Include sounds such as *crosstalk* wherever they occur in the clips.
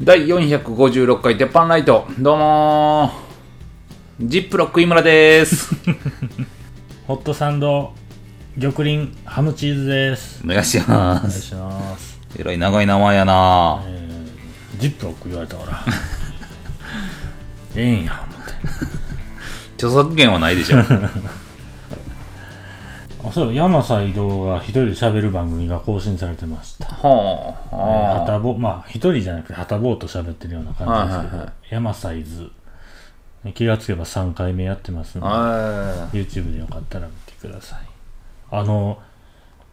第456回鉄板ライトどうもージップロック井村ですホットサンド玉林ハムチーズで *laughs* す。お願いしまお願いすします。えらい長い名前やなえー、ジップロック言われたから。 *laughs* ええんや、思って。著作権はないでしょあ、そう、山サ移動が一人で喋る番組が更新されてました。 *laughs* ほうえーはほたぼ、まあ、一人じゃなくて、はたぼうと喋ってるような感じですけど、はいはいは山サイズ。気がつけば3回目やってますのうで、あ YouTube でよかったら見てください。あの、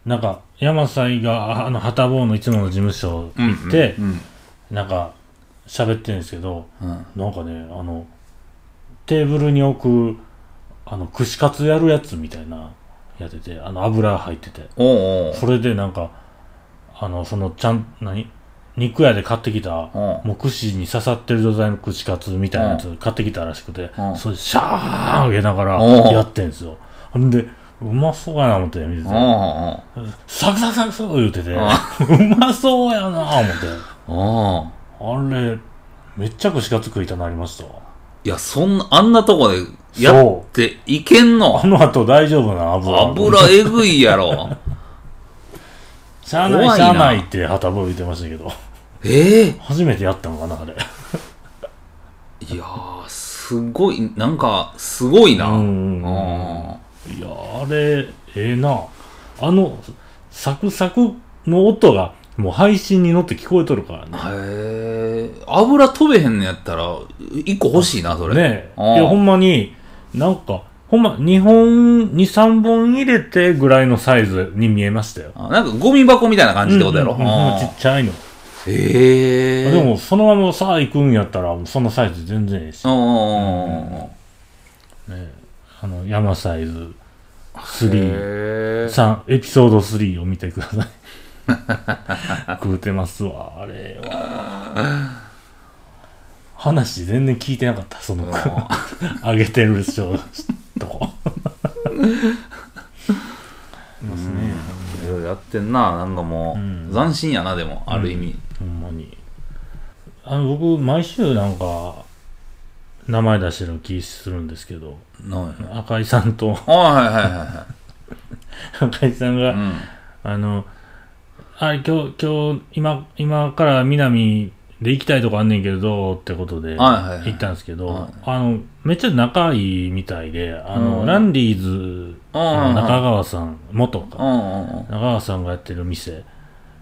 なんか、山サイが、ああの、はたぼうのいつもの事務所行って、うんなんか喋ってるんですけどうんなんかねあのテーブルに置くあの串カツやるやつみたいなやっててあの油入ってておうおうそれでなんかあのそのちゃん何肉屋で買ってきたもう串に刺さってる状態の串カツみたいなやつ買ってきたらしくてうんそれシャーン上げながらおうやってんですよほんでうまそうやな思って見てておうサクサクサクサク言うててうまそうやな思っておうおうあれ、めっちゃ串カツ食いたなりましたわ。いやそんなあんなとこでやっていけんのあの後大丈夫な油。油えぐいやろ *laughs* しゃあな怖い、いしなゃあないって旗ぼ言ってましたけど。ええ初めてやったのかな、あれ。いやーすごいなんかすごいなううんんうんうん。いや、あれ、ええな。あの、サクサクの音が、もう配信に乗って聞こえとるからへね。え油飛べへんのやったら一個欲しいなそれねうんいや、ほんまに、なんか、ほんま、2本、2、3本入れてぐらいのサイズに見えましたよ。あなんかゴミ箱みたいな感じってことやろうんうんうんほんまちあっちゃいの。ーへえでもそのままさあ行くんやったらもうそのサイズ全然いいし、うんうんうんうんね、あの山サイズ3へえ三エピソード3を見てください食うてますわあれは話全然聞いてなかったその *laughs* あげてる人とこいますねいろいろやってんななんかもう、うん斬新やなでもある意味、ほんまにあの僕毎週なんか名前出してるの気するんですけどなんや赤井さんと *laughs* あはいはいはいは赤井さんが、い、 *laughs* うん、あの、あ今日、今日、今、今から南で行きたいとこあんねんけど、ってことで、はいはいはい行ったんですけど、はいあの、めっちゃ仲いいみたいで、あの、うんランディーズうのん中川さん、元か、うんうんう中川さんがやってる店、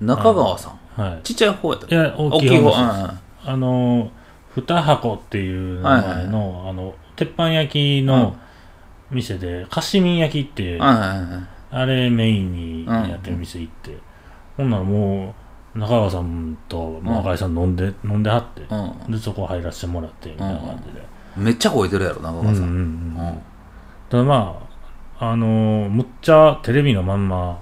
ん中川さんはい。ちっちゃい方やったっいけや、大大ききいい方方うんですあの、二箱っていう名前の、あの、鉄板焼きの店で、カシミン焼きっていう、うんはいはいはいあれメインにやってる店行って、ほんならもう中川さんとまあ赤井さん飲んで、飲んではって、うでそこ入らせてもらってみたいな感じで、んめっちゃ超えてるやろ中川さうんん、うんううんんただまああのーむっちゃテレビのまんま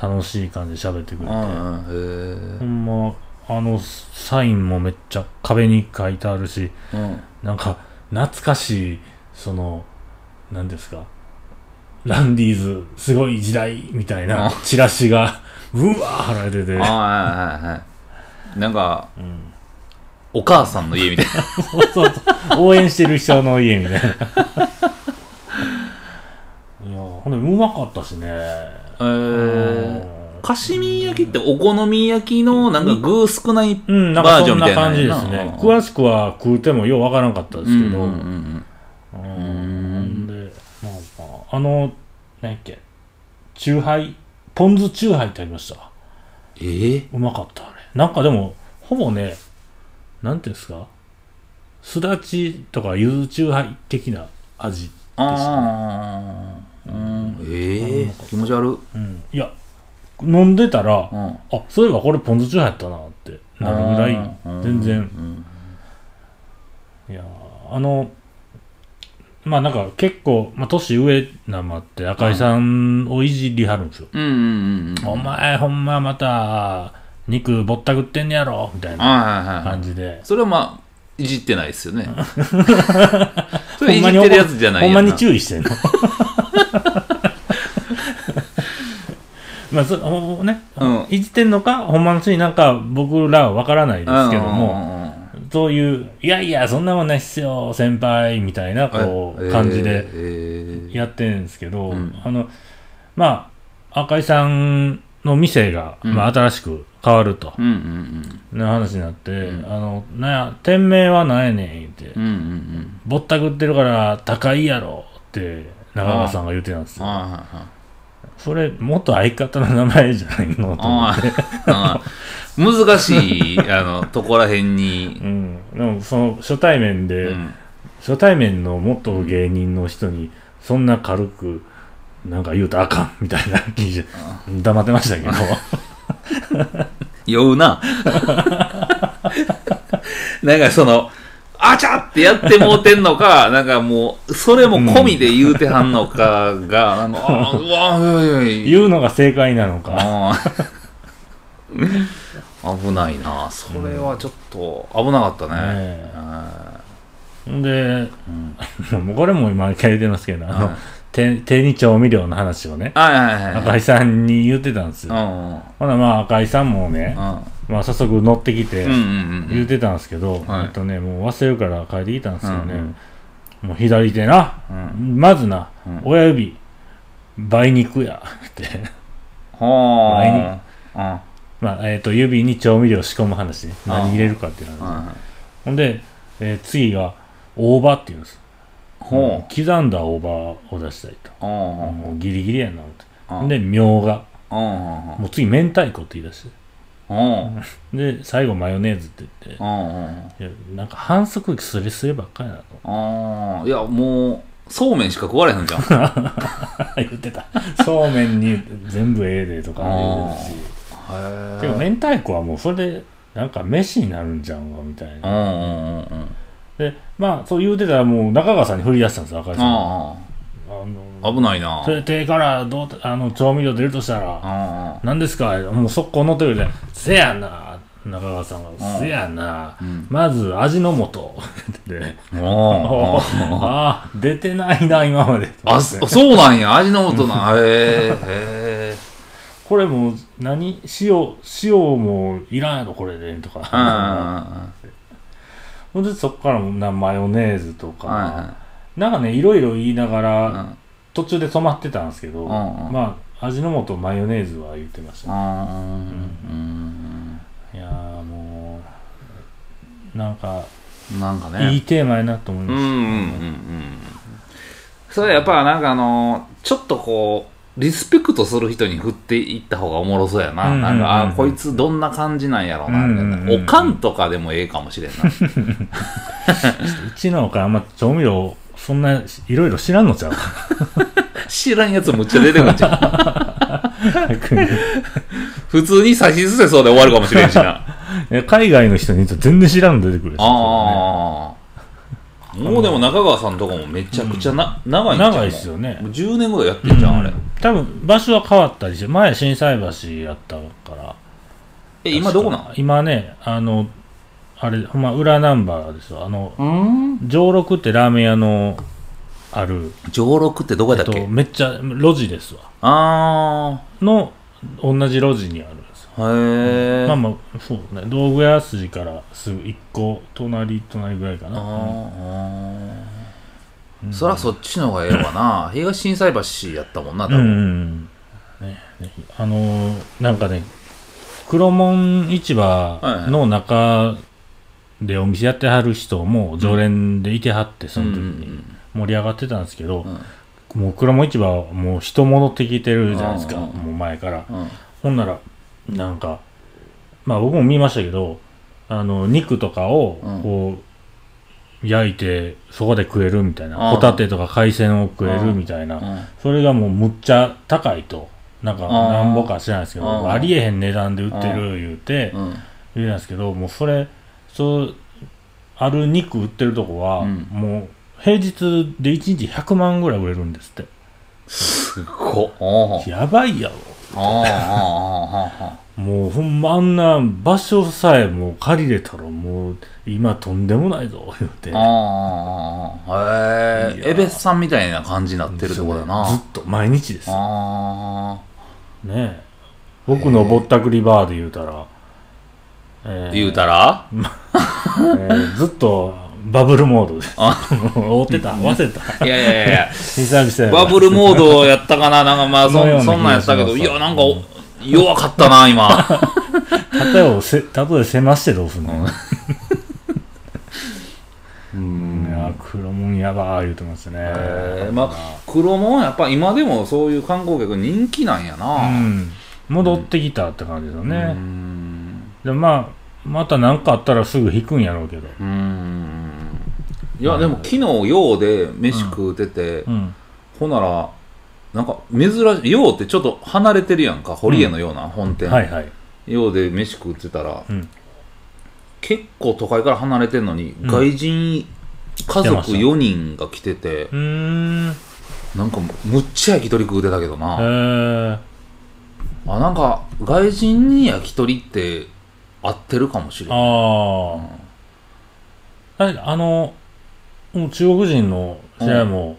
楽しい感じで喋ってくれて、うんうんほんまあのサインもめっちゃ壁に書いてあるしへえうんなんか懐かしいその何ですかランディーズすごい時代みたいなチラシがうわー貼られてて、ああはいはいはいなんかうんお母さんの家みたいなそうそうそう応援してる人の家み *laughs* たいないやほんでうまかったしねへえカシミ焼きってお好み焼きのなんか具少ないうんうんなんバーかジョそンんみたないな感んじやでなすねうん詳しくは食うてもようわからんかったでうすんけど、うんうんうんんで、まあまあ、あの、何やっけ、チューハイ、ポン酢チューハイってありました。ええうまかった、あれ。なんかでも、ほぼね、なんていうんですか、すだちとかゆずチューハイ的な味。ああうんええ気持ち悪うん。いや、飲んでたら、うんあ、そういえばこれポン酢チューハイやったなってなるぐらい、全然、うんいやーあのまあなんか結構、まあ、年上なまって赤井さんをいじりはるんですよ、うんうんうんうんお前ほんままた肉ぼったくってんねやろみたいなはいはいはい感じで、それはまあいじってないですよね *laughs* それいじってるやつじゃないほんやまんにな注意してん *laughs* のまあそほんね、うんいじってんのかほんまのついなんか僕らは分からないですけども、うんうんうんうんそういう、いやいや、そんなもんないっすよ、先輩、みたいな、こう、感じででやってるんですけど、うんあの、まあ、赤井さんの店が、うんまあ、新しく変わると、うんうんな話になって、うんあの、なんや、店名はなんやねん、言って、うんうんうんぼったくってるから高いやろ、って、中川さんが言ってたんですうんよ。あそれ、元相方の名前じゃないのと思って。あああ難しいあのとこらへんにう、ん。でも、その、初対面で、うん初対面の元芸人の人に、そんな軽く、なんか言うとあかん、みたいな記事、黙ってましたけど。酔うな *laughs* なんかそのあちゃってやってもうてんのか、なんかもう、それも込みで言うてはんのかが、あの、あうわ、いやいやいや *laughs* 言うのが正解なのか。ああ危ないなそれはちょっと危なかったね、ねあんで、ーうん *laughs* もうこれも今、一回言ってますけど、あの、はい手手に調味料の話をね、はいはいはい赤井さんに言ってたんですうよ。んうんほな、まあ、赤井さんもね、まあ、早速乗ってきて、うんうんうんう言うんてたんですけど、はいえっとね、もう忘れるから帰ってきたんですよね。うんもう左手な、まずな、うん親指、梅肉や、って。はあうんまあ、えっ、と、指に調味料仕込む話ね。ああ何入れるかっていう話。はいほんで、えー次が、大葉っていうんです。ほう刻んだ大葉を出したりと。うんうんもうギリギリやな、って。あほんで、みょうが。うんうんもう次、明太子って言い出して。うんで、最後、マヨネーズって言って。うんいや、なんか反則すれすればっかりやなと。うんいやもうそうめんしか食われへんじゃん言ってた。そうめんに全部ええでとか言ってたし。へえでも明太子はもうそれで、なんか飯になるんじゃんわ、みたいうんな。うんうんうんで、まあ、そう言うてたらもう中川さんに振り出したんですよ、赤井さんが。うあんうんの、危ないなそれ手からどうた、あの、調味料出るとしたうら、んうん何ですかもう速攻乗ってくれて、せやな、中川さんが、んせやなうん、まず味の素 *laughs* って言って、うんうあんあ、出てないな、今まで。あ、そそうなんや。味の素な。へえ。へえ。これもう何、塩、塩もいらんやろ、これで、とうんうんか。ほんで、そっからもなマヨネーズとか、うんうん。はいはなんかね、いろいろ言いながら、い。うん途中で止まってたんですけど、んうんまあ、味の素マヨネーズは言ってました。うんいやーもう、なんか、うん。なんかいいね。テーマやなと思いうんまうしんた。うんうん。それやっぱなんかあの、ちょっとこう、リスペクトする人に振っていった方がおもろそうやうんうな。んうんなんか、あ、こいつどんな感じなんやろうな、みたいうんうんうんな。おかんとかでもええかもしれん *laughs* な。うちのおかんあんま調味料、そんな、いろいろ知らんのちゃう知らんやつむっちゃ出てくるじゃん。 *laughs* 逆に普通に差し捨てそうで終わるかもしれ *laughs* んしな。え海外の人に言うと全然知らんの出てくる。ああ、もうでも中川さんとかもめちゃくちゃな、長いんちゃう長いっすよねもう10年ぐらいやってんじゃん、あれうん多分場所は変わったりして、前震災橋やったから。え今どこなん今ね、あの、あれ、ほんま裏ナンバーですよ。あの、うん上六ってラーメン屋のある、上六ってどこえやっったっけ、と、めっちゃ路地ですわあの同じ路地にあるんですよあへえ、まあまあそうね道具屋筋からすぐ1個隣隣ぐらいかあなー、そらそっちの方がええわな東心斎橋やったもんな多うんうん分、うんねぜひあのーなんかね黒門市場の中でお店やってはる人も常連でいてはってそのうん時うんうにん盛り上がってたんですけど、もう黒門市場はもう人戻ってきてるじゃないですかうんうんうんもう前からうんほんなら、なんか、まあ僕も見ましたけど、あの、肉とかをうん、こう、焼いて、そこで食えるみたいな。うんホタテとか海鮮を食えるみたいうな。んそれがもうむっちゃ高いと。なんか、んなんぼか知らないですけうど、んありえへん値段で売ってる言うてう、ん言うたんですけど、もうそれ、そう、ある肉売ってるとこは、うんもう、平日で1日100万ぐらい売れるんですっすっごあて。やばいやろ。ああもうほんまあんな場所さえもう借りれたらもう今とんでもないぞ言うてああああああああへいやえエベスさんみたいな感じになってるとこだなずっと毎日ですねああえ僕のぼったくりバーで言うたらえー言うたら、えーずっとバブルモードです。あ追ってた、忘れた。いやいやいや、久々やわバブルモードやったかな、なんかまあそそのような気がそんなんやったけど、しますいや、なんかお弱かったな、今。例えをせ、例えせましてどうすんの、うんいや、黒もんやばー言うてますね。えーまあ、黒もんやっぱ今でもそういう観光客人気なんやうな。ん。戻ってきたって感じですようね。んで、まあ、また何かあったらすぐ引くんやろうけど。うん。いや、でも昨日、ようで飯食うてて、うん。ほんなら、なんか珍しい、ようってちょっと離れてるやんか、堀江のような本店。はいはい。ようで飯食ってたら、うん結構都会から離れてんのに、ん外人家来てま族した4人が来ててうーん。へなんかむっちゃ焼き鳥食うてたけどな、ーあなんか外人に焼き鳥って合ってるかもしれんああ。確かあの、もう中国人の試合も、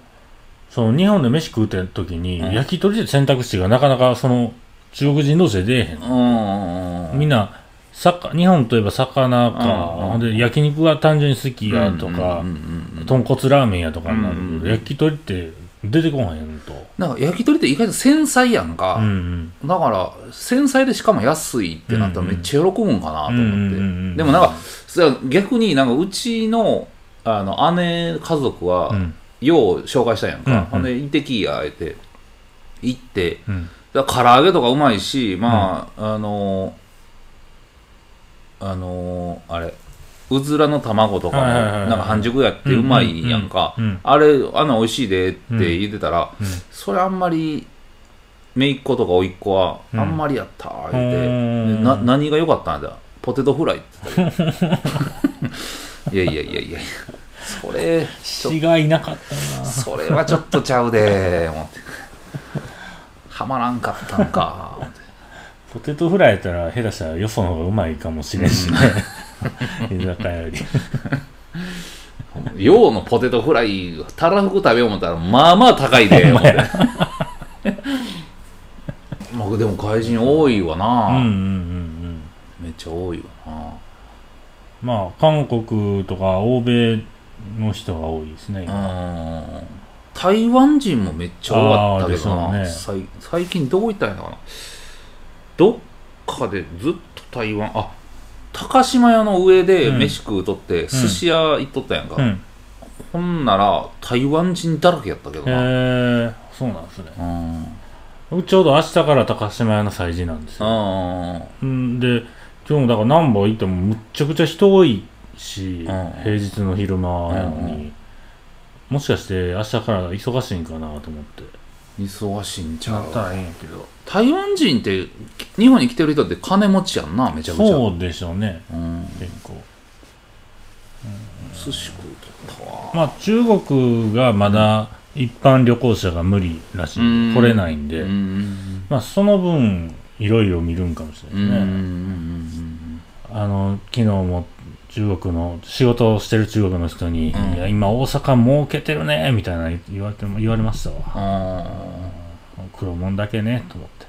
その日本で飯食うてる時に、うん焼き鳥で選択肢がなかなかその中国人同士で出えへん。うんうんうんみんな、魚日本といえば魚か、うんうんほんで焼肉が単純に好きやとか、うんうんうんうん豚骨ラーメンやとかになるけど、うんうんうん焼き鳥って出てこへんと。なんか焼き鳥って意外と繊細やんか、うんうん。だから繊細でしかも安いってなったらめっちゃ喜ぶんかなと思って、うんうんうんでもなんかそれは逆になんかうちのあの姉家族は、うん。よう紹介したやんか、うんうんほんで行ってきいや言って行ってうん。だから唐揚げとかうまいしまあ、あのあのあれうずらの卵とかもはいはいはいはないんか半熟やってうまいやんか、うんうんうんあれあんな美味しいでって言ってたら、うんうんそれあんまり姪っ子とか甥っ子は、うんあんまりやったー言うってーんでな何が良かったんだポテトフライって言って *laughs* たけどいやいやいやいやそ *laughs* れちょっと血がいなかったな。それはちょっとちゃうで思ってはまらんかったんか思ってポテトフライやったら下手したらよその方がうまいかもしれんしね居酒屋より洋のポテトフライたらふく食べよう思ったらまあ *laughs* まあ高いで思ってまあでも外人多いわ *laughs* うんうんうんうな、んめっちゃ多いわまあ韓国とか欧米の人が多いですね、なうん台湾人もめっちゃ多かったけどあーな、でしさい最近どこ行ったんやろかなどっかでずっと台湾あ高島屋の上で飯食うとって、寿司屋行っとったやんか、うんほんなら、台湾人だらけやったけどへえな。ー、そうなんですねうん。うん。僕ちょうど明日から高島屋の催事なんですよ、うん、で今日もだから南波行ってもむっちゃくちゃ人多いし、ん平日の昼間やのに、うんもしかして明日から忙しいんかなと思って忙しいんちゃう。ええんやけど台湾人って、日本に来てる人って金持ちやんな、めちゃくちゃ。そうでしょうねうん。結構寿司食うとったわ。まあ、中国がまだ一般旅行者が無理らしうんい、来れないんで、うん。まあ、その分、いろいろ見るんかもしれうないん。うですね。ん。あの昨日も中国の仕事をしてる中国の人に、うんいや今、大阪儲けてるねみたいな言われても言われましたわ、あ黒門だけねと思って、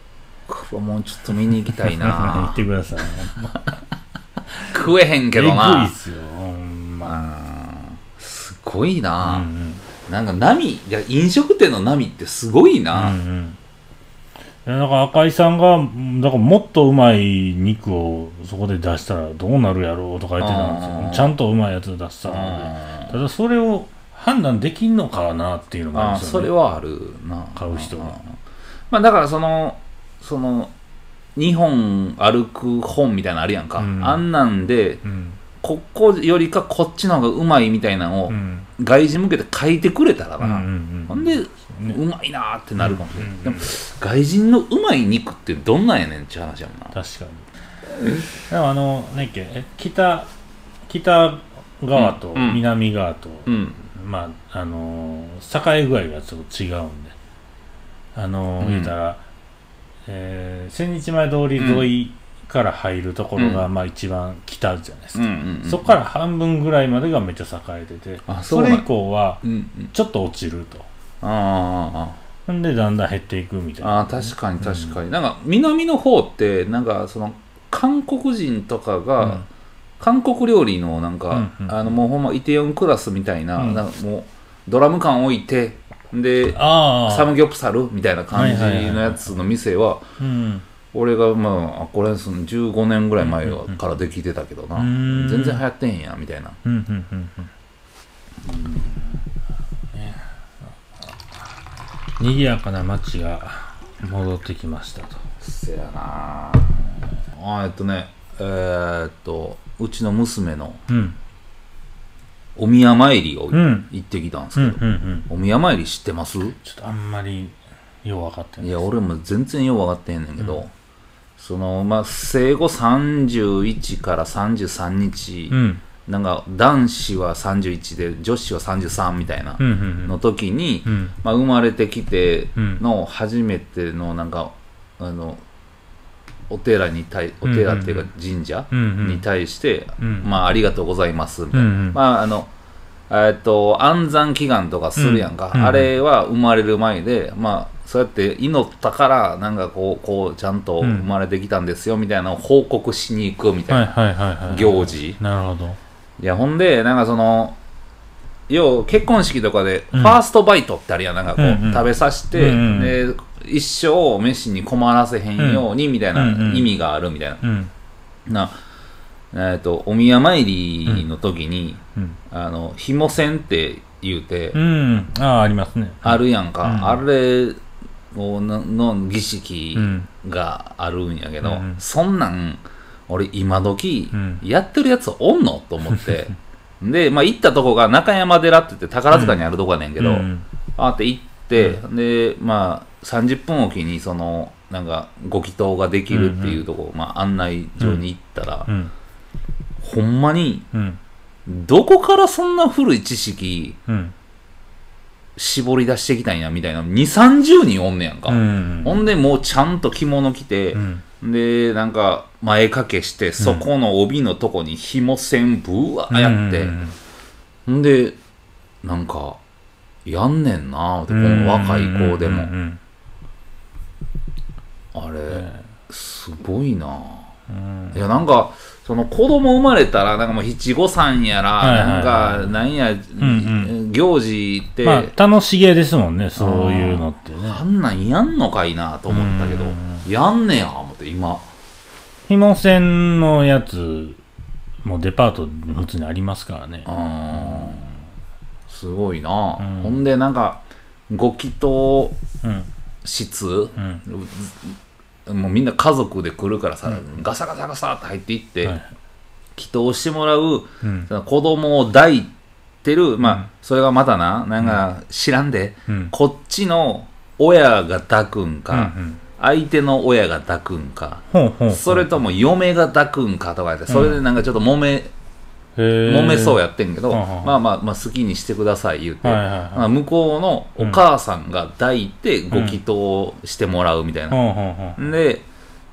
ーもうちょっと見に行きたい *laughs* 言っなてください、食えへんけどえなぐいっすよ、ほんまうんすごいうんうな、んなんか波いや飲食店の波ってすごいな、うんうんいやだから赤井さんがだからもっとうまい肉をそこで出したらどうなるやろうとか言ってたんですうんよちゃんとうまいやつ出したうんらただそれを判断できんのかなっていうのがあああるんですそよれねはあるな買う人はんんんまあだからそのその2本歩く本みたいなのあるやんか、うんあんなんでうんここよりかこっちの方がうまいみたいなのうをん外人向けて書いてくれたらうんうんな、うんほんで、ねうまいなーってなるかもしれない、うんでも外人のうまい肉ってどんなんやねんって話やもんな確かにでもあの何っけえ北北側とうんうん南側とうんまああのー、境具合がちょっと違うんであのうーん言うたら、えー千日前通り沿いから入るところが、まあ一番北じゃないですうんうか、んうんそこから半分ぐらいまでがめっちゃ栄えててあそそうなんれ以降はうんうんちょっと落ちるとああああああほんでだんだん減っていくみたいなあー確かに確かに、なんか南の方ってなんかその韓国人とかうが、ん韓国料理のなんか、うんうんあのもうほんまイテヨンクラスみたいな,、うんなんかもうドラム缶置いてでああサムギョプサルみたいな感じのやつの店はうん俺がまああこれその15年ぐらい前からできてたけどな、うん全然流行ってへんやみたいなうんうんうんうんね賑やかな街が戻ってきましたとせやなあえっとねえーっとうちの娘のうんお宮参りをうん行ってきたんですうけんうど、んうんお宮参り知ってますちょっとあんまりよう分かってないいや俺も全然よう分かってへんねんけど、そのまあ生後31から33日、うんなんか男子は31で女子は33みたいなうんうんの時に、うんうんまあ、生まれてきてうんの初めてのなんかあのお寺に対お寺っていうか神社うんうんに対して、うんまあありがとうございますみたういな、んまああのえっと安産祈願とかするやんか、うんうんあれは生まれる前でまあそうやって祈ったからなんかこうこうちゃんとう生んまれてきたんですよみたいなのを報告しに行くみたはいいはいはいはない行事、なるほどいやほんでなんかその要結婚式とかでフうんァーストバイトってあるやんなんかこう、うんうん食べさせて、うんうんで一生飯に困らせへんようにみたいなうんうん意味があるみたいな、うんなえー、とお宮参りの時に、うんあの紐線って言うて、うんああありますねあるやんか、うんあれをのの儀式うんがあるんやけど、うんそんなん俺今時うんやってるやつおんのと思 *laughs* って、で、まあ、行ったとこが中山寺って言って宝塚にあるとこやねんけど、うんあーって行って、でまあ30分おきにそのなんかご祈祷ができるっていうとこ、まあ、案内所に行ったら、うんほんまにうんどこからそんな古い知識うん絞り出してきたんやみたいな2 3 0人おんねやんか、うんほんでもうちゃんと着物着てう、んでなんか前掛けしてそこの帯のとこに紐線ぶわーやって、うんほんでなんかやんねんなーってこの若い子でも、うんうんあうんうんれすごいなうんいやなんかその子供生まれたらなんかもう七五三やら、はいはいはいなんかなんや、ん行事って、まあ、楽しげですもんね、そういうのってね。あんなんやんのかいなと思ったけど、うんやんねや思って今ひも線のやつ、もうデパートに普通にありますからね。あーすごいな、うんほんでなんかご祈祷うん。室、うん。もうみんな家族で来るからさ、ガサガサガサって入っていって、はい祈祷してもらううんそ。の子供を抱いてるまあ、それがまたななんか知らんで、うん。こっちの親が抱くんか、うんうん相手の親が抱くんか、ほうほう。それとも嫁が抱くんかとかやってそれでなんかちょっと揉め、揉揉めそうや。やってんけど、はあはあまあまあまあ好きにしてください言うて、はいはいはいまあ向こうのお母さんが抱いてご祈祷してもらうみたいな、ほうほうほで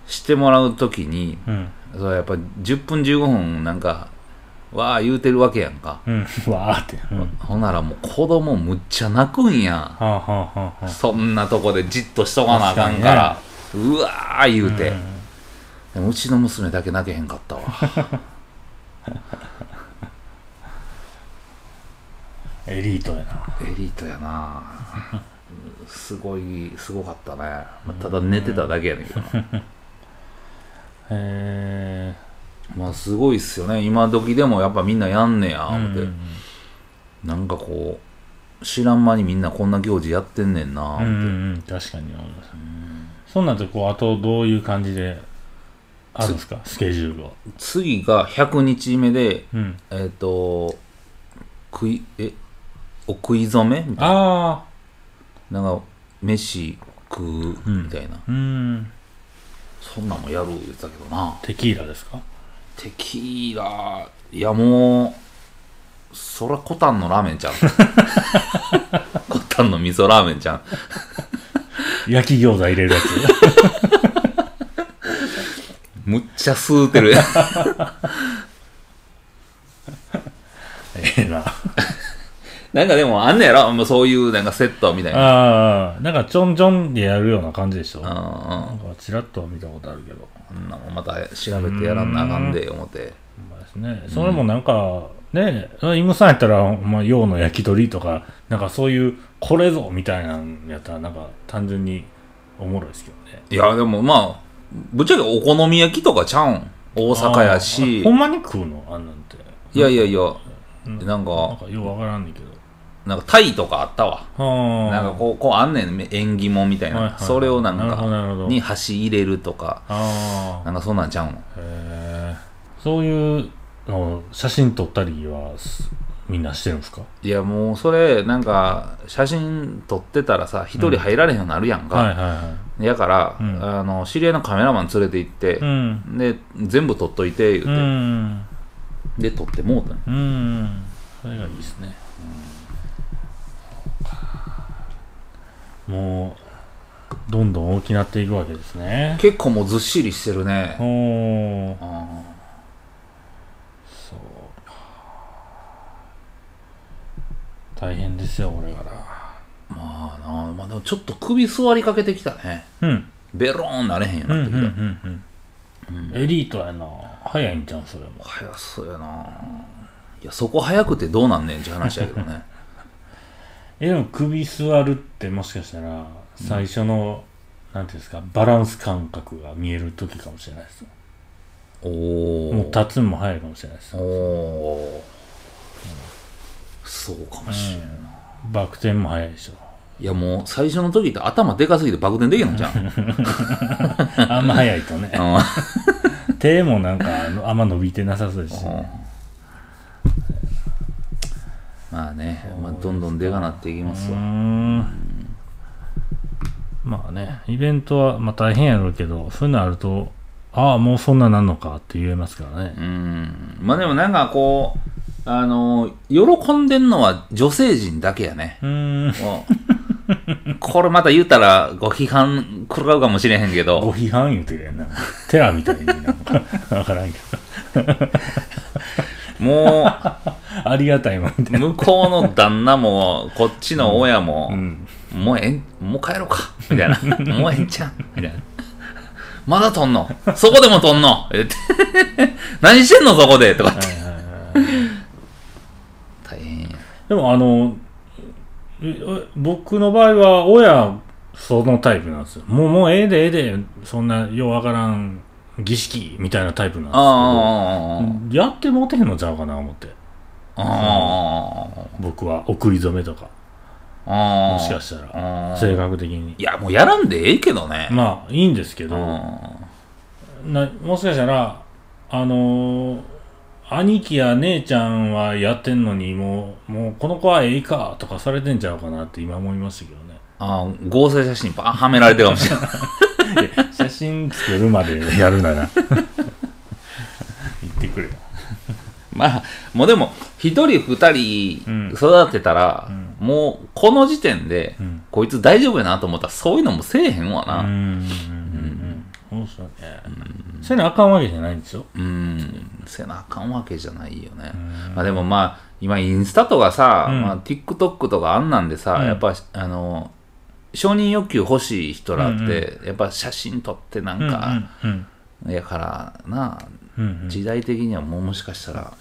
してもらう時にう。うん。そうやっぱ10分15分なんかわあ言うてるわけやんか、うん。わーって。うん。はほんならもう子供むっちゃ泣くんや、あはあはあはあ。そんなとこでじっとしとかなあかんからうわー言うて、でもうちの娘だけ泣けへんかったわエリートやな。エリートや *laughs* なすごいすごかったね、まあ、ただ寝てただけやねんけどなへまあすごいっすよね今時でもやっぱみんなやんねやー思って、うんなんかこう知らん間にみんなこんな行事やってんねんなう思んって、うん。確かに思いますね。そんなんて、こう、あとどういう感じで、あるんですかスケジュールを。次が100日目でうん。えっ、と食いえお食い初めみたいあななんか飯食うみたいな、あ。うん。そんなんもやる言ってたけどなテキーラですかテキーラいやもうそらコタンのラーメ *laughs* ンちゃんコタンの味噌ラーメンちゃん焼き餃子入れる *laughs* やつ。むっちゃ吸うてるええな。 *laughs* なんかでもあんねやろもうそういうなんかセットみたいな。ああ、なんかちょんちょんでやるような感じでしょ。なんうんうん。かちらっとは見たことあるけど。こんなもんまた調べてやらんなあかんで、思って。ほんまですね。それもなんか、ねえ、イムさんやったら、ほんまあ、洋の焼き鳥とか、なんかそういう、これぞみたいなんやったら、なんか単純におもろいですけどね。いや、でもまあ、ぶっちゃけお好み焼きとかちゃうん。大阪やあしほ。んまに食うのあんなんて。いやいやいや、うんなんなんか、かようわからんねんけど。なんかタイとかあったわ。はあ。なんかこう、こうあんねん、縁起物みたいはいはな。いそれをなんなるほどなるほかど、に箸入れるとか、あなあ。んかそんなんちゃうん。へえ。そういうのを写真撮ったりはす、みんなしてるんですかいやもうそれなんか写真撮ってたらさ一人入られへんようになるやんはいか、はいはやから、うんあの知り合いのカメラマン連れて行ってい。う、ん。で全部撮っといて言ううて、ん。で撮ってもうたんうん。それがいいですね。もう、どんどん大きなっていくわけですね。結構もうずっしりしてるねお、ー。あそう大変ですよ、これから。ーまあなまあでもちょっと首座りかけてきたねうん。ベローンなれへんようにうなんっうてんきた、うんうん。エリートやな。早いんじゃん、それも。早そうやないやそこ早くてどうなんねんって話やけど *laughs* ねえ、でも首座るってもしかしたら、最初の、なんていうんですか、バランス感覚が見える時かもしれないです。おもうお立つのも早いかもしれないですお。おーそうかもしれんない、バク転も早いでしょ。いやもう最初の時って頭でかすぎてバク転できへんのじゃん。あんま早いとね。うん手もなんかあのあんま伸びてなさそうですし、まあね、まあ、どんどんでかなっていきまうすーわ。んまあねイベントはまあ大変やろうけどそういうのあるとああもうそんななんのかって言えますからねうん。まあでもなんかこう、あの、喜んでんのは女性陣だけやね。うーんうんこれまた言うたらご批判食らうかもしれへんけごど、批判言うてるやんなテラみたいになんかわからんけども、*laughs* ありがたいもんみたい向うこうの旦那も、こっちの親も、なうんもうえん、もう帰ろうか、みたいな。もうええんちゃうみたいな。まだとんのそこでもとんのえって *laughs* 何してんのそこでとかって。はいはいはい大変や。でもあのええ僕の場合は親そのタイプなんですよもうもうええでええでそんなようわからん儀式みたいなタイプなんですけどあやってもうてへんのちゃうかな思ってあ、ああ、僕は送り初めとかああ。もしかしたらた性格的にいや、もうやらんでええけどね。まあいいんですけうどん。なもしかしたらあのー兄貴や姉ちゃんはやってんのにもうもうこの子はええかとかされてんちゃうかなって今思いましたけどねああ、合成写真ばーはめられてるかもしれない。いや写真作るまでやるなら言ってくれよ *laughs* まあ、もうでも、一人二人ん育てたら、もう、この時点で、うんこいつ大丈夫やなと思ったら、そういうのもせえへんわうな。んうんうんうんそうっすよねそういうのあかんわけじゃないんですようん、せなあかんわけじゃないよね。まあでもまあ、今インスタとかさ、うんまあ、TikTok とかあんなんでさ、うんやっぱ、あの、承認欲求欲しい人らって、やっぱ写真撮ってなんうんか、うんやからな、うんうんうん時代的にはもうもしかしたら、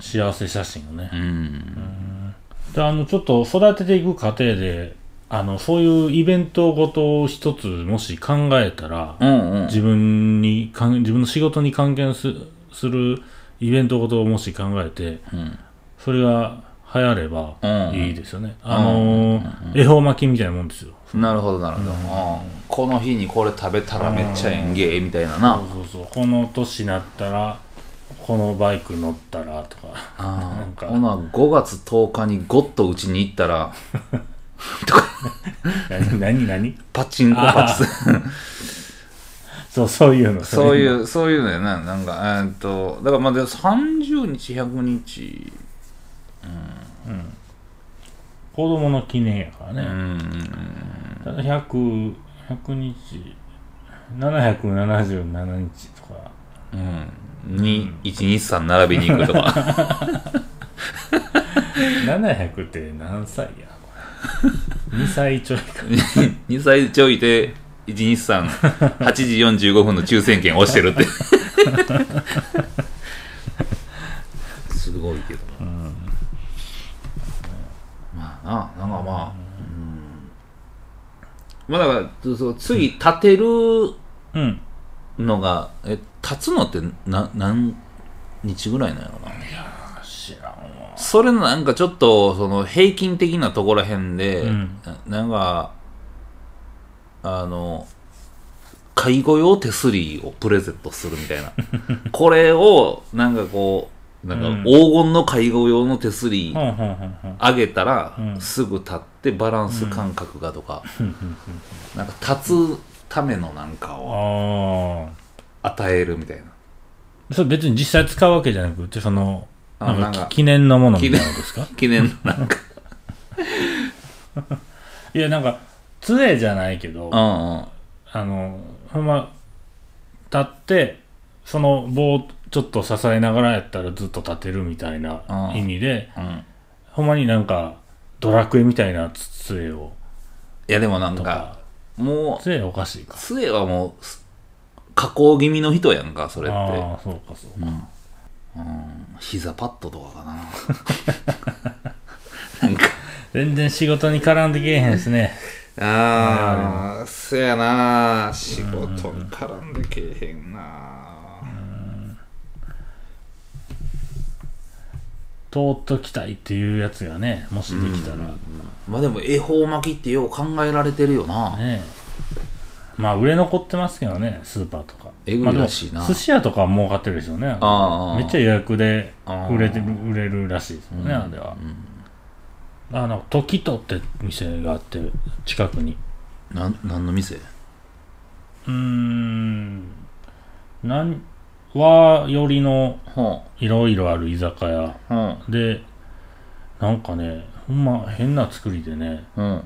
幸せ写真をねう、ん、であのちょっと育てていく過程であのそういうイベントごとを一つもし考えたら、うん、うん。自分にかん自分の仕事に関係すするイベントごとをもし考えてうんそれが流行ればうんいいですよね、あのー恵方巻きみたいなもんですよなるほどなるほど、うんこの日にこれ食べたらめっちゃえんげえみたいなな、そうそうそうこの年になったらこのバイク乗ったらとか *laughs* あなんあかほな5月10日にゴッとうちに行ったら何何何 *laughs* パチンコパチスそうそういうのそういううそういうのやななんかえーっとだからまあで30日100日子供の記念やからね、うんただ100、100日、777日とか、うんに123並びに行くとか700って何歳や2歳ちょいか *laughs* 2歳ちょいで1日産8時45分の抽選券押してるってすごいけどなうんまあななんかまあ、うん、まあだからそう次立てるうんのがえ立つのってな何日ぐらいなんやろな知らんわそれのなんかちょっとその平均的なところへんで、うんななんかあの介護用手すりをプレゼントするみたい *laughs* なこれをなんかこうなんかうん黄金の介護用の手すりほんほんほんほん上げたら、うんすぐ立ってバランス感覚がとか、うんうんなんか立つためのなんかをあ与えるみたいなあそれ別に実際使うわけじゃなくてそのあなんなんかか記念のものみたいなことですか記念のなんかいやなんか杖じゃないけど *laughs* うんうんあのほんま立ってその棒をちょっと支えながらやったらずっと立てるみたいなうん意味でうんほんまになんかドラクエみたいな杖をいやでもなんとかかもう杖おかしいか杖はもうす加工気味の人やんかそれってああそうかそううん、うん、膝パッドとかか *laughs* ななんか全然仕事に絡んでけえへんですねああそやな仕事に絡んでけえへんな通っときたいっていうやつがねもしできたら、まあでも恵方巻きってよう考えられてるよな、ねえまあ売れ残ってますけどねスーパーとかえぐいまあでもらしいな寿司屋とかは儲かってるでしょうねああめっちゃ予約であー売れてる売れるらしいですもんね、うんあれは、あの時とって店があって近くになん何の店うーんなん和よりのほいろいろある居酒屋うほでなんかねほんま変な作りでねううん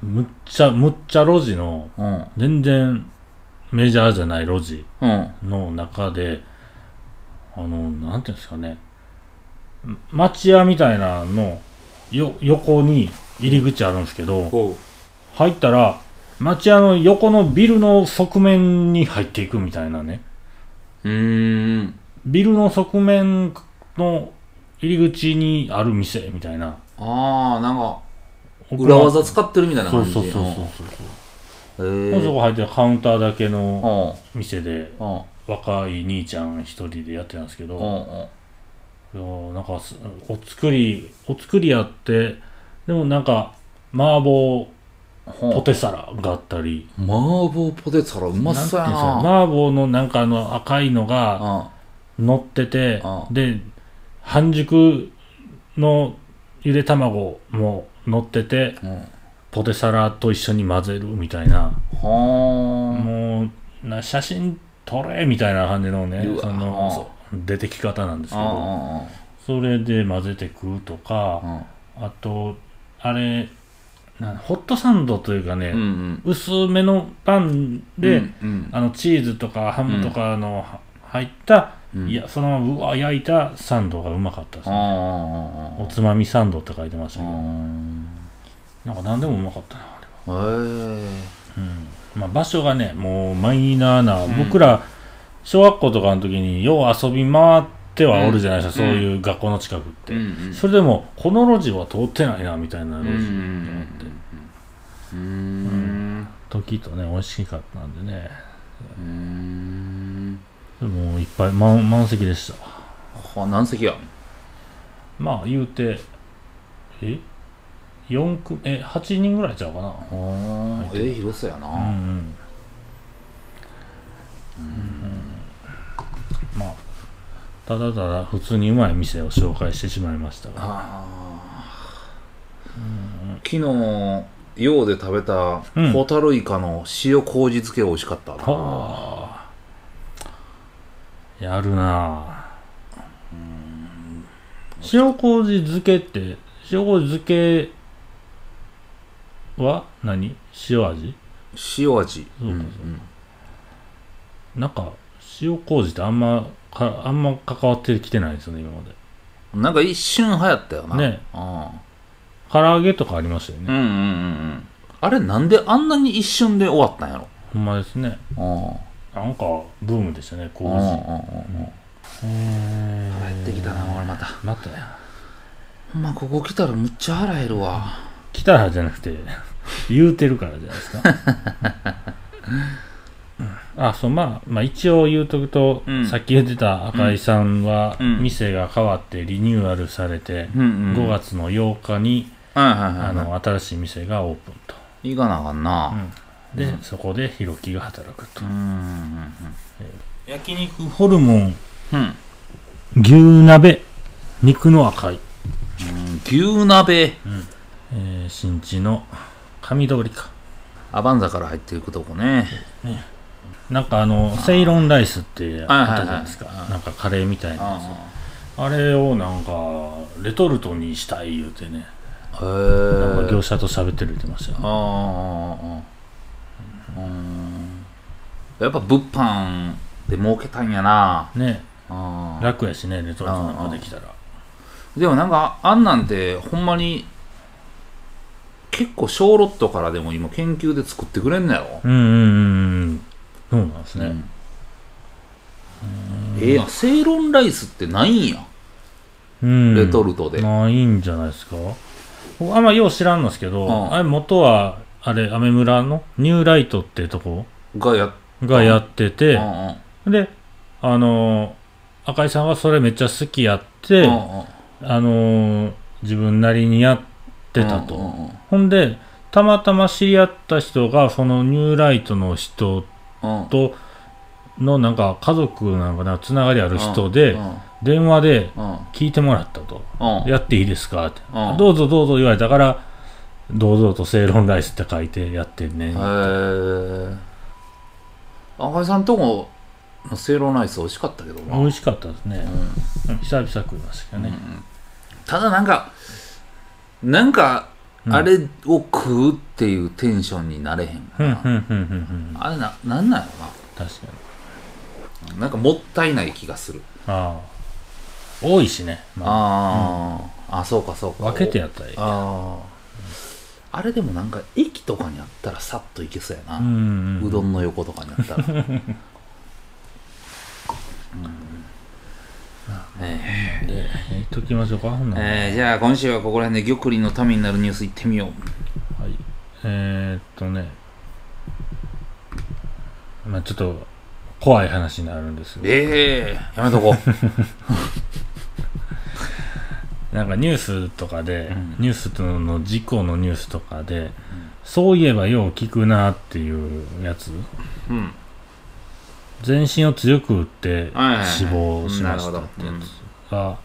むっちゃむっちゃ路地のうん全然メジャーじゃない路地うんの中であのなんていうんですかね町屋みたいなのよ横に入り口あるんですけどほ入ったら町屋の横のビルの側面に入っていくみたいなねううーんビルの側面の入り口にある店みたいなああなんか裏技使ってるみたいなそう感じそうそうそうそうへえそこ入ってカウンターだけのうん店でうん若い兄ちゃん一人でやってたんですけど、うんうんいやーなんかすお作りお作りやってでもなんか麻婆ポテサラがあったり麻婆ポテサラうまなんてそういやうんですかな麻婆のなんかあの赤いのが乗っててうんで半熟のゆで卵も乗っててうんうんポテサラと一緒に混ぜるみたいな、はもうな写真撮れみたいな感じのねうわそのそう出てき方なんですけどあそれで混ぜて食うとかうんうんうんあと、あれ、なホットサンドというかね、うんうん薄めのパンで、うんうんあのチーズとかハムとかの、は入った、うんいやそのままうわ焼いたサンドがうまかったであす、ね、あおつまみサンドって書いてましたうけど、んなんか何でもうまかったな、あれは。へえまあ、場所がね、もうマイナーな、ん僕ら、小学校とかの時に、よう遊び回ってはおるじゃないですか、うんそういう学校の近くって。うんうんそれでも、この路地は通ってないな、みたいなうん路う地んになって。うん時とね美味しかったんでねうんもういっぱい満満席でしたは何席やまあ言うてえ四組え8人ぐらいちゃうかなはあええ広さやうんうんな、まあただただ普通にうまい店を紹介してしまいましたがああ昨日洋で食べたうんホタルイカの塩麹漬け美味しかったな、はあやるなあ塩麹漬けって塩麹漬けは何塩味塩味そうかそうかんなんか塩麹ってあんまかあんま関わってきてないですよね今までなんか一瞬流行ったよな。ねう唐揚げとかありましたよん。うね。んうんうんうん。あれなんであんなに一瞬で終わったんやろほんまですね。うん。なんか、ブームでしたね、うんうん工事。うんうん。えー入ってきたな、俺また。またや。ほんま、ここ来たらむっちゃ腹減るわ。来たらじゃなくて、言うてるからじゃないですか。うんあ、そう、まあ、まあ一応言うとくと、うんさっき言ってた赤井さんは、うん店が変わってリニューアルされて、うんうん。 5。月の8日に、はいはいはい。あ、の、新しい店がオープンと。行かなあかんな。で、そこでひろきが働くとう。ん。うん焼肉ホルモンうんうん。牛鍋肉の赤い、うん牛鍋、えー新地の上通りかアバンザから入っていくとこね。なんかあのセイロンライスってあったじゃないですか、はいはいはいなんかカレーみたいなやあつあれをなんかレトルトにしたい言うてねへえ。なんか業者と喋ってる言ってましたよ、ああああああうんやっぱ物販で儲けたんやなねああ楽やしねレトルトなんかできたらでもなんかあんなんてほんまに結構小ロットからでも今研究で作ってくれんのやろ、うんうんうんうんそうなんですね、うんええやんセイロンライスってないんやうんレトルトで、まあいいんじゃないですか僕あんまよう知らんのですけど、うんあれ元はあれ雨村のニューライトってとこがやっがやってててう、んうんであのー赤井さんはそれめっちゃ好きやって、うんうんあのー自分なりにやってたと、うんうんうんほんでたまたま知り合った人がそのニューライトの人うんとのなんか家族なんかなつながりある人で、うん電話でうん聞いてもらったと、うんやっていいですかって、うんどうぞどうぞ言われたから堂々とセイロンライスって書いてやってんね、へえ赤井さんとこのセイロンライス美味しかったけどな、美味しかったですね、うんうん久々食いましたけどね、ただなんかなんかうんあれを食うっていうテンションになれへんうかんうな、んうんうんうんあれななんなんや確かにろななんかもったいない気がする、ああ多いしね、まあー、あそうかそうかあ、分けてやったらいいあああれでもなんか駅とかにあったらさっと行けそうやな、うんうんうどんの横とかにあ *laughs* ったら。うんえで言っときましょうかほんーならえーじゃあ今週はここら辺で玉林のためになるニュースいってみよう。はいえー、っとねまあちょっと怖い話になるんですがええやめとこう。なんかニュースとかで、うんニュースのの事故のニュースとかで、そういえばよう聞くなっていうやつうん。全身を強く打ってはいはいはい死亡しましたってやつが、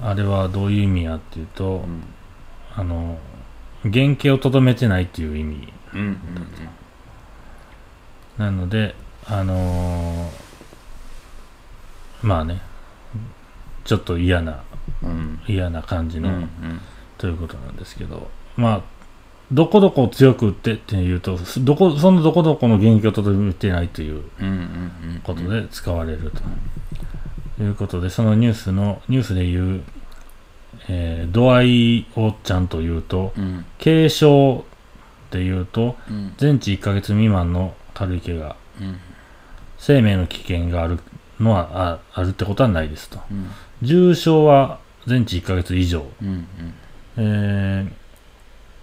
あれはどういう意味やっていうと、うん。あの原型をとどめてないっていう意味うん。うん。なのであのーまあねちょっと嫌なうん。嫌な感じうん。の、うん。ということなんですけどまあどこどこを強く打ってっていうとすどこそのどこどこの原型をとどめてないといううん。うん。ことで使われるということで、そのニュースの、ニュースで言う、えー度合いをちゃんと言うと、うん。軽症で言うと、うん。全治1ヶ月未満の軽い怪我、うん。生命の危険があるのは、ああるってことはないですと。うん。重症は全治1ヶ月以上。うん。えー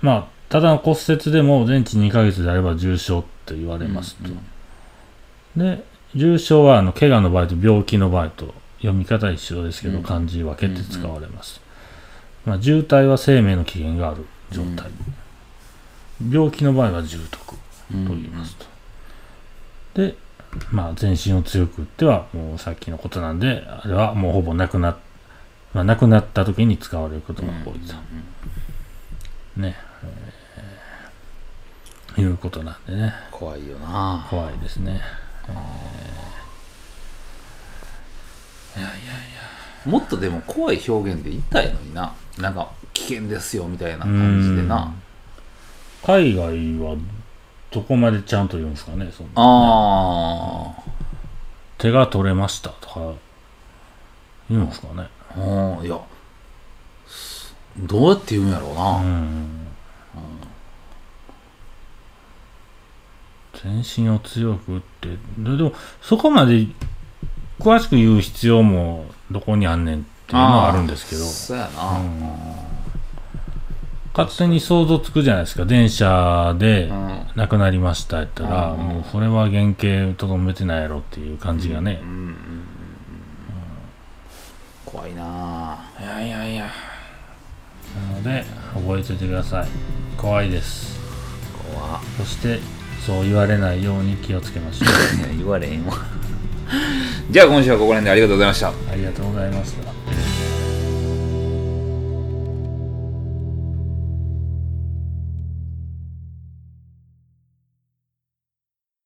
まあ、ただの骨折でも全治2ヶ月であれば重症と言われますと。で、重症はあの怪我の場合と病気の場合と読み方一緒ですけど、うん漢字分けて使われます。まあ、渋滞は生命の危険がある状態。病気の場合は重篤とうん。言いますと。で、まあ、全身を強く打っては、もうさっきのことなんで、あれはもうほぼなくなっ、まあ、なくなった時に使われることうん。が多いと。ね、えーいうことなんでね、怖いよな。怖いですね。もっとでも怖い表現で言ったらええのにな。なんか、危険ですよみたいな感じでな。海外はどこまでちゃんと言うんですかね、そのああ。手が取れましたとか言うんですかね。ああいやすどうやって言うんやろううな、ん全身を強く打ってででもそこまで詳しく言う必要もどこにあんねんっていうのはあるんですけどそうやな、ううんん勝手に想像つくじゃないですか電車でうん亡くなりましたやったらうんもうそれは原型とどめてないやろっていう感じがねうんうんうんうん怖いないやいや *laughs* いやなので覚えておいてください怖いです怖っそしてそう言われないように気をつけましょう *laughs* いや言われへんわじゃあ今週はここら辺でありがとうございましたありがとうございました